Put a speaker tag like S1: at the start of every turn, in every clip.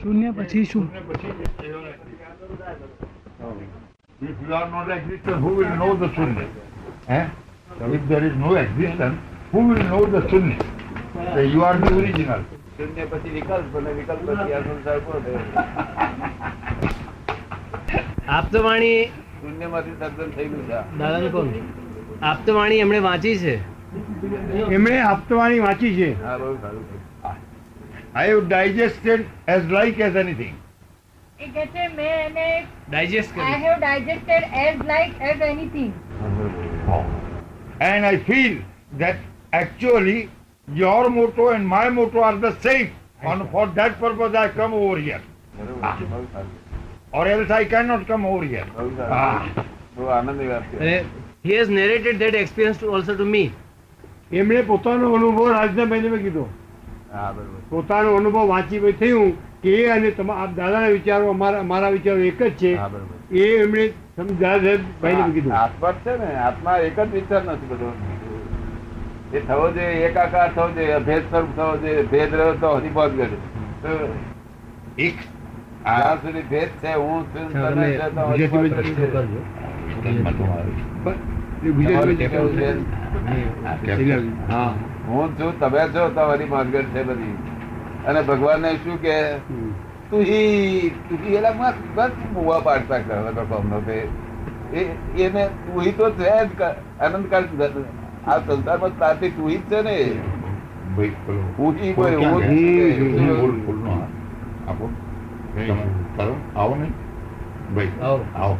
S1: શૂન્ય પછી શું
S2: If you are not existent, who will know the Sunni? Eh? If there is no existence, who will know the Sunni? So you are the original.
S3: શૂન્ય પછી વિકલ્પ અને વિકલ્પ પછી આ સંસાર પૂરો થયો
S4: આપ તો વાણી
S3: શૂન્યમાંથી સર્જન થયેલું છે આ.
S4: દાદાનું કોણ આપ તો વાણી એમણે વાંચી છે
S1: એમણે આપતવાની વાંચી છે
S3: આ બહુ સારું છે.
S2: I have digested as like as anything.
S5: એ કહે છે મેં એને
S4: ડાયજેસ્ટ
S5: I
S4: કરી
S5: have digested as like as anything.
S2: And I feel that actually your motto and my motto are the same. And for that purpose I come over here. Ah.
S3: બરોબર છે, બહુ સારું
S2: Or else I cannot come over here.
S3: બહુ સારું
S2: Ah.
S3: બહુ આનંદની વાત છે
S4: અને he has narrated that experience to also to me
S1: એમણે પોતાનો અનુભવ રાજનાભાઈને મેં કીધો
S3: હા બરોબર
S1: પોતાનો અનુભવ વાંચી પછી થયું કે એ અને તમા આપ દાદાના વિચારો અમારા મારા વિચારો એક જ છે
S3: હા બરોબર
S1: એ એમણે સમ- દાદાભાઈને મેં કીધું
S3: આત્મા જ છે ને આત્મા એક જ વિચાર નથી બધો એ થવો જોઈએ એકાકાર થવો જોઈએ અભેદ સ્વરૂપ થવો જોઈએ ભેદ રહ્યો તો હજી બહુ જ ગયું. તો
S2: એક
S3: જ્યાં સુધી ભેદ છે હું છું, તમે છો, તો હજી બહુ જ ગયું.
S1: પણ એ
S3: તમારું
S1: ગુજરાતીમાં જ
S3: કેવું છે?
S1: હા
S3: હું છું તમે છો તો હરી માનગઢ છે બધી અને ભગવાનને શું કે
S1: હમ.
S3: તું હી તું હી એલા મસ્ત બસ મુવા પાડતા કર હવે તો કોમનો તે એ- એને તું હી તો છે જ ક- આનંદ કાળ આ સંસારમાં તારથી તું હી જ છે ને હું હી બોલ, હું
S1: હમ,
S3: જ
S1: હમ, હમ.
S3: છું.
S4: આવો.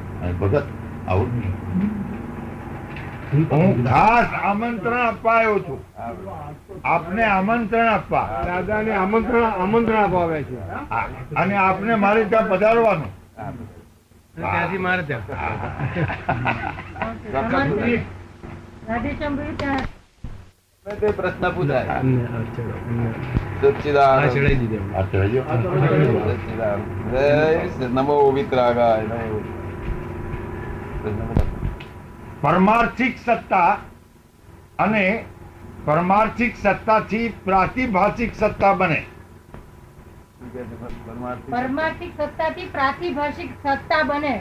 S2: હું ખાસ આમંત્રણ આપવા આવ્યો છું
S3: હા, બરાબર.
S2: આપને આમંત્રણ આપવા
S1: દાદાને આમંત્રણ આમંત્રણ અપાવે છે
S2: આ- અને આપને મારે ત્યાં પધારવાનું
S3: હા, બરાબર.
S4: ત્યાંથી મારે ત્યાં
S3: ચોક્કસ બોલાય.
S5: રાધેશ્યામભાઈ ત્યાં
S3: અને તે પ્રશ્ન પૂછાય
S4: હા,
S3: સચ્ચિદાનંદ.
S4: ચડાઈ દીધી એમણે.
S3: સચ્ચિદાનંદ. જય નમો વિતરાગાય નમો.
S2: પરમાર્થિક સત્તા અને પરમાર્થિક સત્તાથી પ્રાતિભાષિક સત્તા બને
S3: શું કહે છે? પરમાર્થી.
S5: પરમાર્થિક સત્તાથી પ્રાતિભાષિક સત્તા બને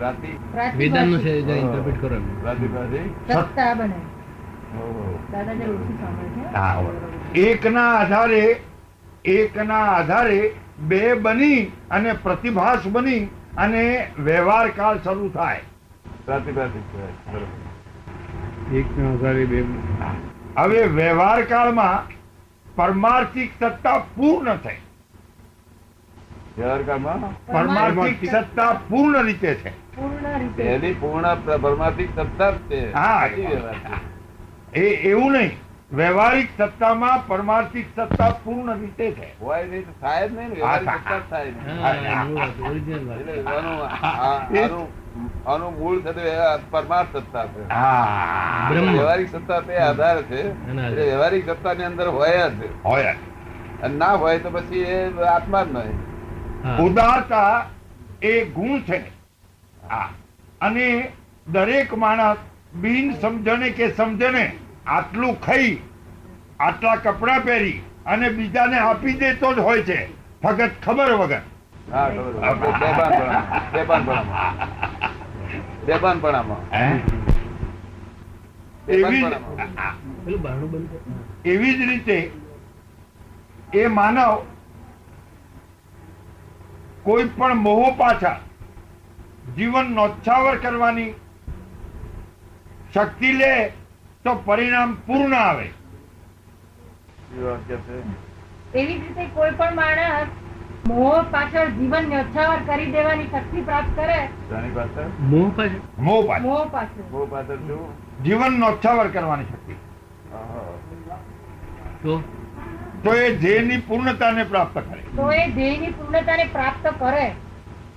S3: પ્રાતિ-
S4: વેદાંતનું છે
S5: પ્રાતિભાષિક
S4: જરા interpret કરો એમને.
S3: પ્રાતિભાષિક?
S5: સત્તા બને
S3: ઓહો.
S5: દાદા જરા ઓછું સાંભળે છે
S2: હા, એકના આધારે એકના આધારે બે બની અને પ્રતિભાસ બની અને વ્યવહાર કાળ શરૂ થાય
S3: પ્રાતિભાષિક કહેવાય. બરોબર.
S1: એક હજારે બે
S2: હવે વ્યવહાર કાળમાં પરમાર્થિક સત્તા પૂર્ણ થઈ
S3: વ્યવહારકાળમાં
S2: પરમાર્થિક સત્તા પૂર્ણ રીતે છે
S5: પૂર્ણ રીતે
S3: પહેલી પૂર્ણ પ્ર- પરમાર્થિક સત્તા જ છે.
S2: હા.
S3: પછી વ્યવહાર છે.
S2: એ એવું નહીં વ્યવહારિક સત્તામાં પરમાર્થિક સત્તા પૂર્ણ રીતે છે
S3: હોય નહીં તો થાય જ નહીં ને. વ્યવહારિક સત્તા જ થાય નહીં.
S4: હા, મૂળ હતું, original વાત.
S3: એટલે આનું- આ- આનું- આનું મૂળ છે તે આ પરમાર્થ સત્તા છે
S2: હા
S4: બ્રહ્મ.
S3: વ્યવહારિક સત્તા તે આધાર છે
S4: એના
S3: એટલે વ્યવહારિક સત્તા ની અંદર હોય જ
S2: હોય
S3: અને ના હોય તો પછી એ આત્મા જ નહીં
S4: હા.
S2: ઉદારતા એ ગુણ છે હા અને દરેક માણસ બિન સમજણે કે સમજણે આટલું ખાઈ આટલા કપડાં પહેરી અને બીજાને આપી દેતો જ હોય છે ફક્ત ખબર વગર
S3: હા ખબર બેબાનપણામાં બેબાનપણામાં બેબાનપણામાં
S2: એવી જ-
S3: બેબાનપણામાં.
S4: પેલું બારણું બંધ કર.
S2: એવી જ રીતે એ માનવ કોઈ પણ મોહ પાછળ જીવન નોછાવર કરવાની શક્તિ લે તો પરિણામ પૂર્ણ આવે
S3: એ વાક્ય છે.
S5: એવી જ રીતે કોઈ પણ માણસ મોહ પાછળ જીવન ન્યોછાવર કરી દેવાની શક્તિ પ્રાપ્ત કરે
S3: જાણી પાછળ
S4: મોહ પાછળ
S2: મોહ પાછળ
S5: મોહ પાછળ
S3: બહુ પાછળ છું
S2: જીવન નોછાવર કરવાની શક્તિ
S3: આહા.
S4: તો
S2: તો એ ધ્યેયની પૂર્ણતાને પ્રાપ્ત કરે
S5: તો એ ધ્યેયની પૂર્ણતાને પ્રાપ્ત કરે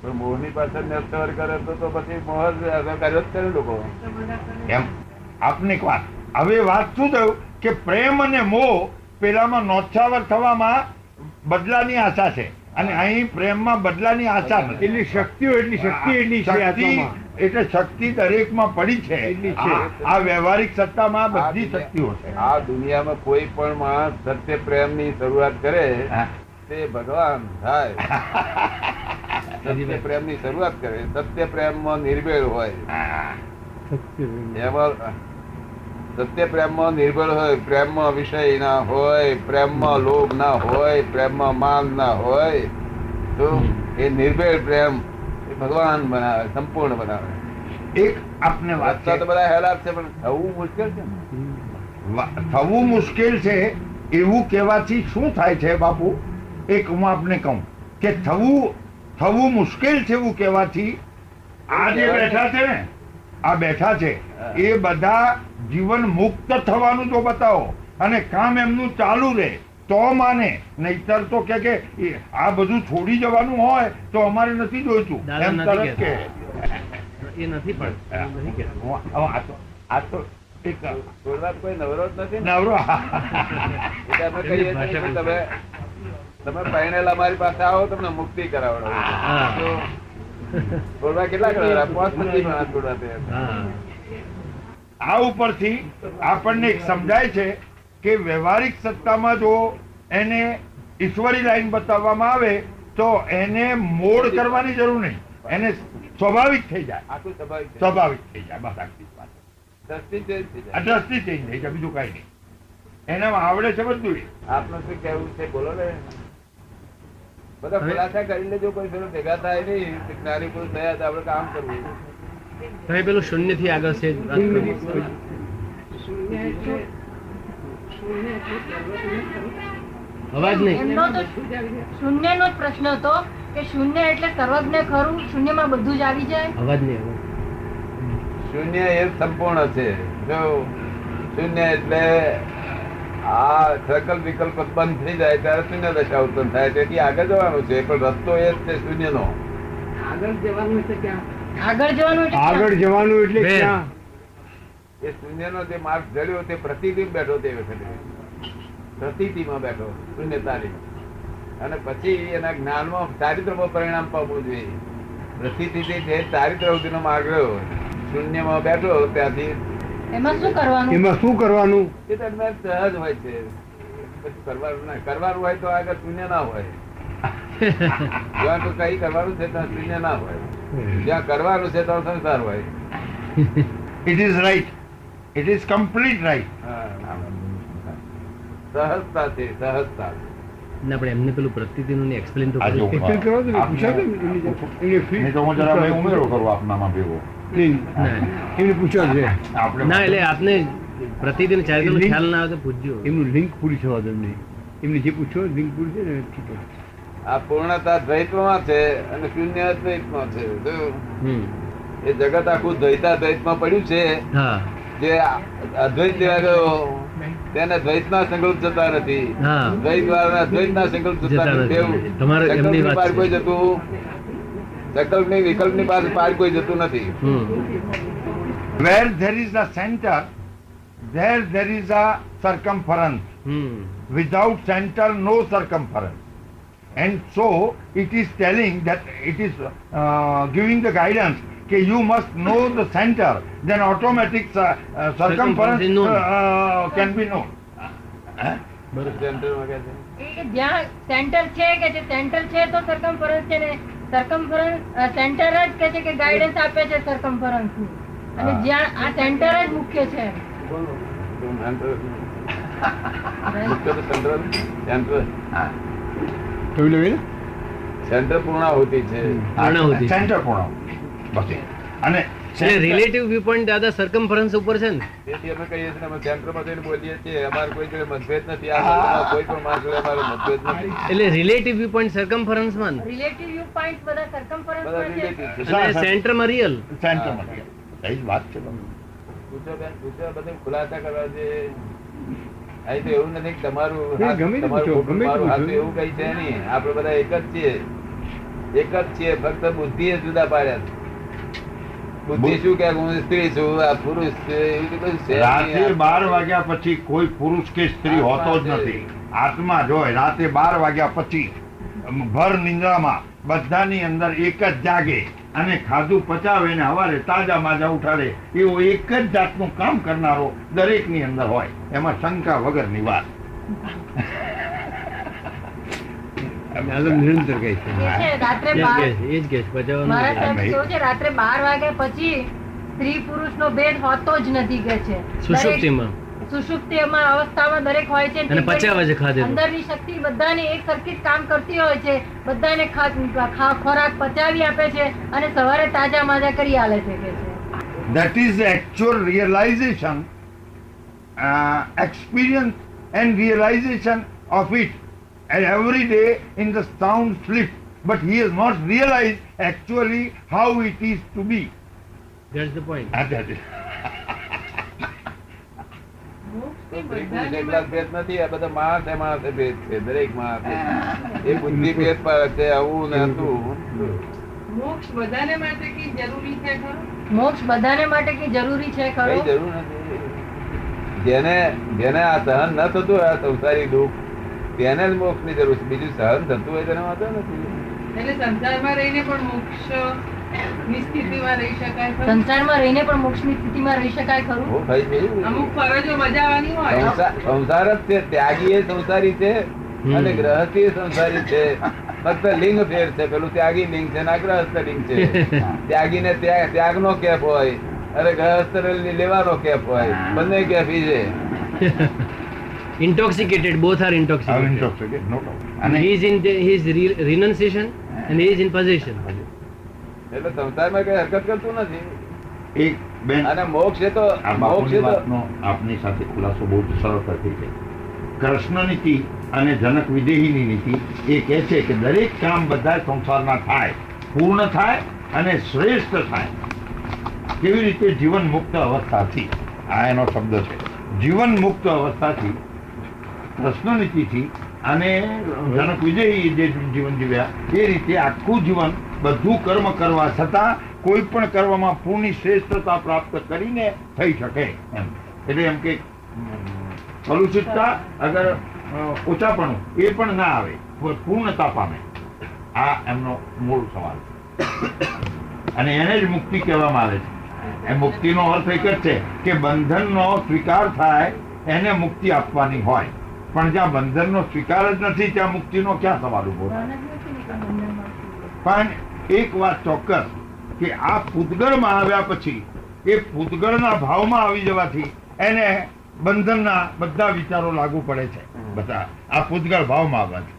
S3: પણ મોહની પાછળ ને અસર કરે તો તો પછી મોહ જ અસર કર્યો જ કરે લોકો
S2: એમ આપની એક વાત હવે વાત શું થયું કે પ્રેમ અને મોહ પેલામાં નોછાવર થવામાં બદલાની આશા છે અને અહીં પ્રેમમાં બદલાની આશા નથી
S1: એટલી શક્તિઓ એટલી શક્તિ એટલી છે
S2: શક્તિ
S1: આત્મામાં
S2: એટલે શક્તિ દરેકમાં પડી છે
S1: એટલી છે.
S2: આ આ વ્યવહારિક સત્તામાં
S3: આ
S2: બધી
S3: દુનિયા-
S2: શક્તિઓ છે
S3: આ દુનિયામાં કોઈ પણ માણસ સત્ય પ્રેમની શરૂઆત કરે તે ભગવાન થાય સત્ય પ્રેમની શરૂઆત કરે સત્ય પ્રેમમાં નિર્ભેળ હોય
S2: હા.
S3: એમાં સત્ય પ્રેમમાં નિર્ભળ હોય પ્રેમમાં વિષય ના હોય પ્રેમમાં લોભ ના હોય પ્રેમમાં માન ના હોય તો એ નિર્ભેળ પ્રેમ એ ભગવાન બનાવે સંપૂર્ણ બનાવે
S2: એક આપને વાત
S3: રસ્તા તો
S2: છે.
S3: બધા હેલા છે પણ થવું મુશ્કેલ છે ને
S2: વા- થવું મુશ્કેલ છે એવું કહેવાથી શું થાય છે બાપુ એક હું આપને કહું કે થવું થવું મુશ્કેલ છે એવું કહેવાથી આ જે બેઠા છે ને આ બેઠા છે એ બધા જીવન મુક્ત થવાનું તો બતાવો અને કામ એમનું ચાલુ રહે તો માને નહીતર તો કે કે એ આ બધું છોડી જવાનું હોય તો અમારે નથી જોઈતું
S4: દાદા
S2: એમ તરત
S4: નથી
S2: કે
S4: કહેતા. એ નથી પણ એવું નથી કહેતા.
S2: હું- હું આ તો આ તો એક
S3: છોડવા તો કોઈ નવરો જ નથી ને
S2: નવરો
S3: એટલે અમે કહીએ છીએ કે તમે તમે પરણેલા મારી પાસે આવો તમને મુક્તિ કરાવડો
S4: હા
S3: છોડવા કેટલા કરાવડા પાંચ પચીસ માણસ છોડવા તૈયાર છે.
S2: આ
S4: હા
S2: ઉપરથી આપણને એક સમજાય છે કે વ્યવહારિક સત્તામાં જો એને ઈશ્વરી લાઈન બતાવવામાં આવે તો એને મોડ કરવાની જરૂર નહીં એને સ્વાભાવિક થઈ જાય
S3: આખું સ્વાભાવિક છે
S2: સ્વાભાવિક થઈ જાય બસ આટલી જ વાત
S3: દ્રષ્ટિ change થઈ જાય.
S2: અદ્રષ્ટિ ચેન્જ થઈ જાય બીજું કાંઈ નહીં એનામાં આવડે છે બધું
S3: આપનું શું કહેવું છે બોલો ને બધા
S4: હવે-
S3: ખુલાસા કરી લેજો કોઈ પેલો ભેગા થાય નહીં તે જ્ઞાની પુરુષ થયા તો આપણે કામ કરવું
S4: તમે પેલું શૂન્ય થી આગળ છે જ વાત કરો. અવાજ નહીં
S5: એમનો તો શૂન્યનો જ પ્રશ્ન હતો કે શૂન્ય એટલે સર્વજ્ઞ ખરું શૂન્યમાં બધું જ આવી જાય
S4: અવાજ નહીં અવાજ.
S3: શૂન્ય એ સંપૂર્ણ છે જો શૂન્ય એટલે આ સકલ વિકલ્પ બંધ થઈ જાય ત્યારે શૂન્ય દશા ઉત્પન્ન થાય છે. તેથી આગળ જવાનું છે પણ રસ્તો એ જ છે શૂન્યનો
S5: આગળ જવાનું એટલે ક્યાં?
S1: આગળ જવાનું એટલે
S4: બે.
S1: ક્યાં
S3: એ શૂન્યનો જે માર્ગ જડ્યો તે પ્રતિબિંબ બેઠો તે વખતે પ્રતીતિમાં બેઠો શૂન્ય અને પછી એના જ્ઞાનમાં ચારિત્રમાં પરિણામ પામવું જોઈએ પ્રતીતિથી જે ચારિત્ર સુધીનો માર્ગ રહ્યો શૂન્યમાં બેઠો ત્યાંથી
S5: એમાં શું કરવાનું
S1: એમાં શું કરવાનું
S3: તે દરમિયાન સહજ હોય છે પછી કરવાનું ના કરવાનું હોય તો આગળ શૂન્ય ના હોય જ્યાં તો કઈ કરવાનું છે ત્યાં શૂન્ય ના હોય જ્યાં કરવાનું છે ત્યાં સંસાર હોય
S2: it is right it is complete right
S3: હા સહજતા છે સહજતા
S4: ના પણ એમને પેલું પ્રતિનું એક્સપ્લેન તો
S2: આ જો.
S4: કર્યું.
S1: Explain કરો તો મેં
S2: આપને-
S1: પૂછ્યા છે ને એમની જોડે. એમને ફી-
S2: નહીં તો હું જરા ભાઈ ઉમેરો કરું આપનામાં ભેગો
S1: નહીં,
S4: ના.
S1: એમને પૂછ્યા છે
S2: આપણે
S4: ના એટલે આપને પ્રતિદિન ચારિત્રનો
S1: એમની-
S4: ખ્યાલ ના આવે તો પૂછજો
S1: એમનું લિંક પૂરી થવા દો એમને એમને જે પૂછ્યું હોય લિંક પૂરી છે ને ઠીક છે.
S3: આ પૂર્ણતા દ્વૈતમાં છે અને શૂન્ય અદ્વૈતમાં છે જો
S4: હમ.
S3: એ જગત આખું દ્વૈતા દ્વૈતમાં પડ્યું છે
S4: હા
S3: જે અદ્વૈત લેવા ગયો તેને દ્વૈતના સંકલ્પ જતા નથી
S4: હા.
S3: દ્વૈતવાળાના દ્વૈતના સંકલ્પ જતા
S4: જતા
S3: નથી
S4: નથી.
S3: એવું.
S4: તમારે એમની
S3: સંકલ્પની
S4: વાત
S3: બહાર
S4: છે.
S3: કોઈ જતું સંકલ્પની વિકલ્પની પાસે પાર કોઈ જતું નથી
S4: હમ.
S2: Where there is a center, there there is a circumference.
S4: Hmm.
S2: Without center, no circumference. And so it is telling that it is uh, giving the guidance that you must know the center, then automatic uh, uh, circumference
S4: Circumference is known.
S2: uh, can be known.
S4: બરોબર
S3: સેન્ટરમાં કહે છે.
S5: એ જ્યાં centre છે કે જે centre છે તો સરકમફરન્સ છે ને સરકમફરન્સ સેન્ટર જ કે છે કે ગાઈડન્સ આપે છે સરકમફરન્સ ની અને
S3: હા.
S5: જ્યાં આ સેન્ટર જ મુખ્ય છે
S3: તો center- મુખ્ય તો center જ. Center.
S1: કહ્યું લઈને?
S3: Center પૂર્ણાહુતિ છે
S4: પૂર્ણાહુતિ.
S2: Center પૂર્ણાહુતિ. બસ એ. અને
S4: એટલે રિલેટિવ વ્યૂ પોઈન્ટ દાદા સરકમફરન્સ ઉપર છે ને
S3: તેથી અમે કહીએ છીએ અમે સેન્ટરમાં જઈને બોલીએ છીએ અમારે કોઈ જોડે મતભેદ નથી આ ધર્મમાં કોઈ પણ માણસ જોડે અમારો મતભેદ નથી
S4: એટલે રિલેટિવ વ્યૂ પોઈન્ટ સરકમફરન્સ માં ને.
S5: રિલેટિવ વ્યૂ પોઈન્ટ બધા સરકમફરન્સ
S3: બધા
S5: માં છે
S3: relative છે.
S2: સર,
S4: અને
S2: સર.
S4: સેન્ટરમાં રિયલ
S2: center
S4: Ah.
S2: માં. સહી જ વાત છે તમને.
S3: પૂછો બેન, પૂછો, બધે ખુલાસા કરવા છે અહીં તો એવું નથી કે તમારું
S1: ના,
S3: હાથ-
S1: ગમે તે
S3: તમારું
S1: પૂછો,
S3: ખોટું,
S1: ગમે તે
S3: મારું હાથ
S1: પૂછો.
S3: એવું કઈ છે નહીં આપણે બધા એક જ છીએ એક જ છીએ ફક્ત બુદ્ધિ એ જુદા પાડ્યા છે બુદ્ધિ શું કે હું સ્ત્રી છું આ પુરુષ છે એવું તો કશું છે નહીં.
S2: રાતે બાર વાગ્યા પછી કોઈ પુરુષ કે સ્ત્રી હોતો જ
S3: આત્મા છે.
S2: નથી આત્મા જોય રાતે બાર વાગ્યા પછી અમ, ભર નિંદ્રામાં બધાની અંદર એક જ જાગે અને ખાધું પચાવે ને હવારે તાજા માજા ઉઠાડે એવો એક જ જાતનું કામ કરનારો દરેકની અંદર હોય એમાં શંકા વગરની વાત
S1: આલમ નિરંતર કહે છે
S5: એ છે રાત્રે
S4: એ જ
S5: બાર
S4: કહે છે, એ જ કહે છે, બચાવવાનું નહીં.
S5: મારા સાહેબ કેવું છે રાત્રે બાર વાગ્યા પછી સ્ત્રી પુરુષ નો ભેદ હોતો જ નથી કે છે દરેક
S4: સુષુપ્તિમાં
S5: સુષુપ્તિ એમાં અવસ્થામાં દરેક હોય છે
S4: અને પચાવે છે ખાધેલું.
S5: અંદરની શક્તિ બધાની એક સરખી જ કામ કરતી હોય છે બધાને ખા- ખા- ખોરાક પચાવી આપે છે અને સવારે તાજા માજા કરી આલે છે કે છે
S2: That is the actual realization, uh, experience and realization of it. And every day in the sound sleep. But he has not realized actually how it is to be.
S4: That's the point.
S2: Ah, that is-
S3: સ્ત્રી પુરુષ એકલા ભેદ નથી આ બધા માણસ એ માણસે ભેદ છે દરેક માણસ એ બુદ્ધિ ભેદ પર છે આવું ને હતું
S6: મોક્ષ બધાને માટે કઈ જરૂરી છે ખરો
S5: મોક્ષ બધાને માટે કઈ જરૂરી છે ખરો
S3: કઈ જરૂર નથી જેને જેને આ સહન ન થતું હોય, આ સંસારી દુઃખ તેને જ મોક્ષ ની જરૂર છે બીજું સહન થતું હોય તેને વાંધો નથી
S6: એટલે સંસારમાં રહીને પણ મોક્ષ ની સ્થિતિમાં રહી શકાય ખરું?
S5: સંસારમાં રહીને પણ મોક્ષની સ્થિતિમાં રહી શકાય ખરું
S3: હું ભાઈ જેવું.
S6: અમુક ફરજો બજાવવાની હોય
S3: સંસાર સંસાર જ છે ત્યાગી એ સંસારી છે
S4: હમ.
S3: અને ગ્રહસ્થી એ સંસારી છે ફક્ત લિંગ ફેર છે પેલું ત્યાગી લિંગ છે ને આ ગ્રહસ્થ લિંગ છે ત્યાગી ને ત્યાગ ત્યાગનો કેફ હોય અને ગ્રહસ્થ ને લેવાનો કેફ હોય બંને કેફી છે
S4: Intoxicated, both are
S2: I will
S4: intoxicated.
S2: talk again, no problem.
S4: And he is in the, he is re- renunciation and he is in possession.
S3: એટલે સંસારમાં કઈ હરકત કરતું નથી
S2: એક બેન
S3: અને મોક્ષ એ તો
S2: આ
S3: મોક્ષ એ
S2: બાપુની
S3: તો
S2: વાતનો આપની સાથે ખુલાસો બહુ જ સરળતાથી છે કૃષ્ણ નીતિ અને જનક વિદેહીની નીતિ એ કહે છે કે દરેક કામ બધા સંસારના થાય પૂર્ણ થાય અને શ્રેષ્ઠ થાય કેવી રીતે જીવન મુક્ત અવસ્થાથી આ એનો શબ્દ છે જીવન મુક્ત અવસ્થાથી કૃષ્ણ નીતિથી અને જનક વિજયી જે જીવન જીવ્યા એ રીતે આખું જીવન બધું કર્મ કરવા છતાં કોઈ પણ કર્મમાં પૂર્ણ શ્રેષ્ઠતા પ્રાપ્ત કરીને થઈ શકે એમ એટલે એમ કે ઉમ, કલુષિતતા અગર અ, ઓછાપણું એ પણ ના આવે પૂ- પૂર્ણતા પામે આ એમનો મૂળ સવાલ છે અને એને જ મુક્તિ કહેવામાં આવે છે એ મુક્તિનો અર્થ એક જ છે કે બંધનનો સ્વીકાર થાય એને મુક્તિ આપવાની હોય પણ જ્યાં બંધનનો સ્વીકાર જ નથી ત્યાં મુક્તિનો ક્યાં સવાલ ઉભો થાય પણ એક વાત ચોક્કસ કે આ પૂતગળમાં આવ્યા પછી એ પૂતગળના ભાવમાં આવી જવાથી એને બંધનના બધા વિચારો લાગુ પડે છે બધા આ પૂતગળ ભાવમાં આવવાથી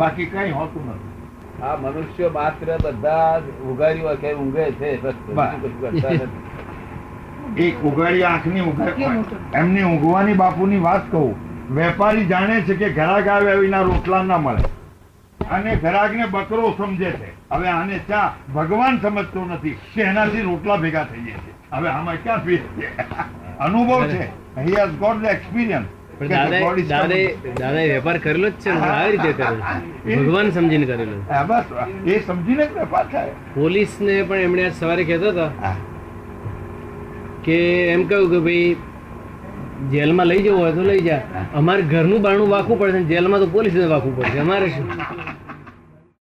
S2: બાકી કઈ હોતું નથી
S3: આ મનુષ્ય માત્ર બધા જ ઉઘાડ્યું આંખે ઊંઘે છે બસ
S2: બસ.
S3: બીજું કશું કરતા નથી.
S2: એક ઉઘાડી આંખની ઉઘાડી એમની ઊંઘવાની બાપુની વાત કહું વેપારી જાણે છે કે ઘરાક આવે એવીના રોટલા ના મળે અને ઘરાકને બકરો સમજે છે હવે આને ચા ભગવાન સમજતો નથી કે એનાથી રોટલા ભેગા થઈ જાય છે હવે આમાં ક્યાં ફેર છે? અનુભવ છે he has got the experience
S4: પણ દાદાએ દાદાએ દાદાએ વેપાર કરેલો જ છે ને, આ રીતે કરેલો છે. ભગવાન સમજીને કરેલો
S2: બસ એ સમજીને જ વેપાર થાય
S4: પોલીસને પણ એમણે આજ સવારે કહેતા હતા
S2: હા.
S4: કે એમ કહ્યું કે ભાઈ જેલમાં લઈ જવો હોય તો લઈ જા અમારે ઘરનું બારણું વાંકવું પડશે ને જેલમાં તો પોલીસને વાંકવું પડશે અમારે શું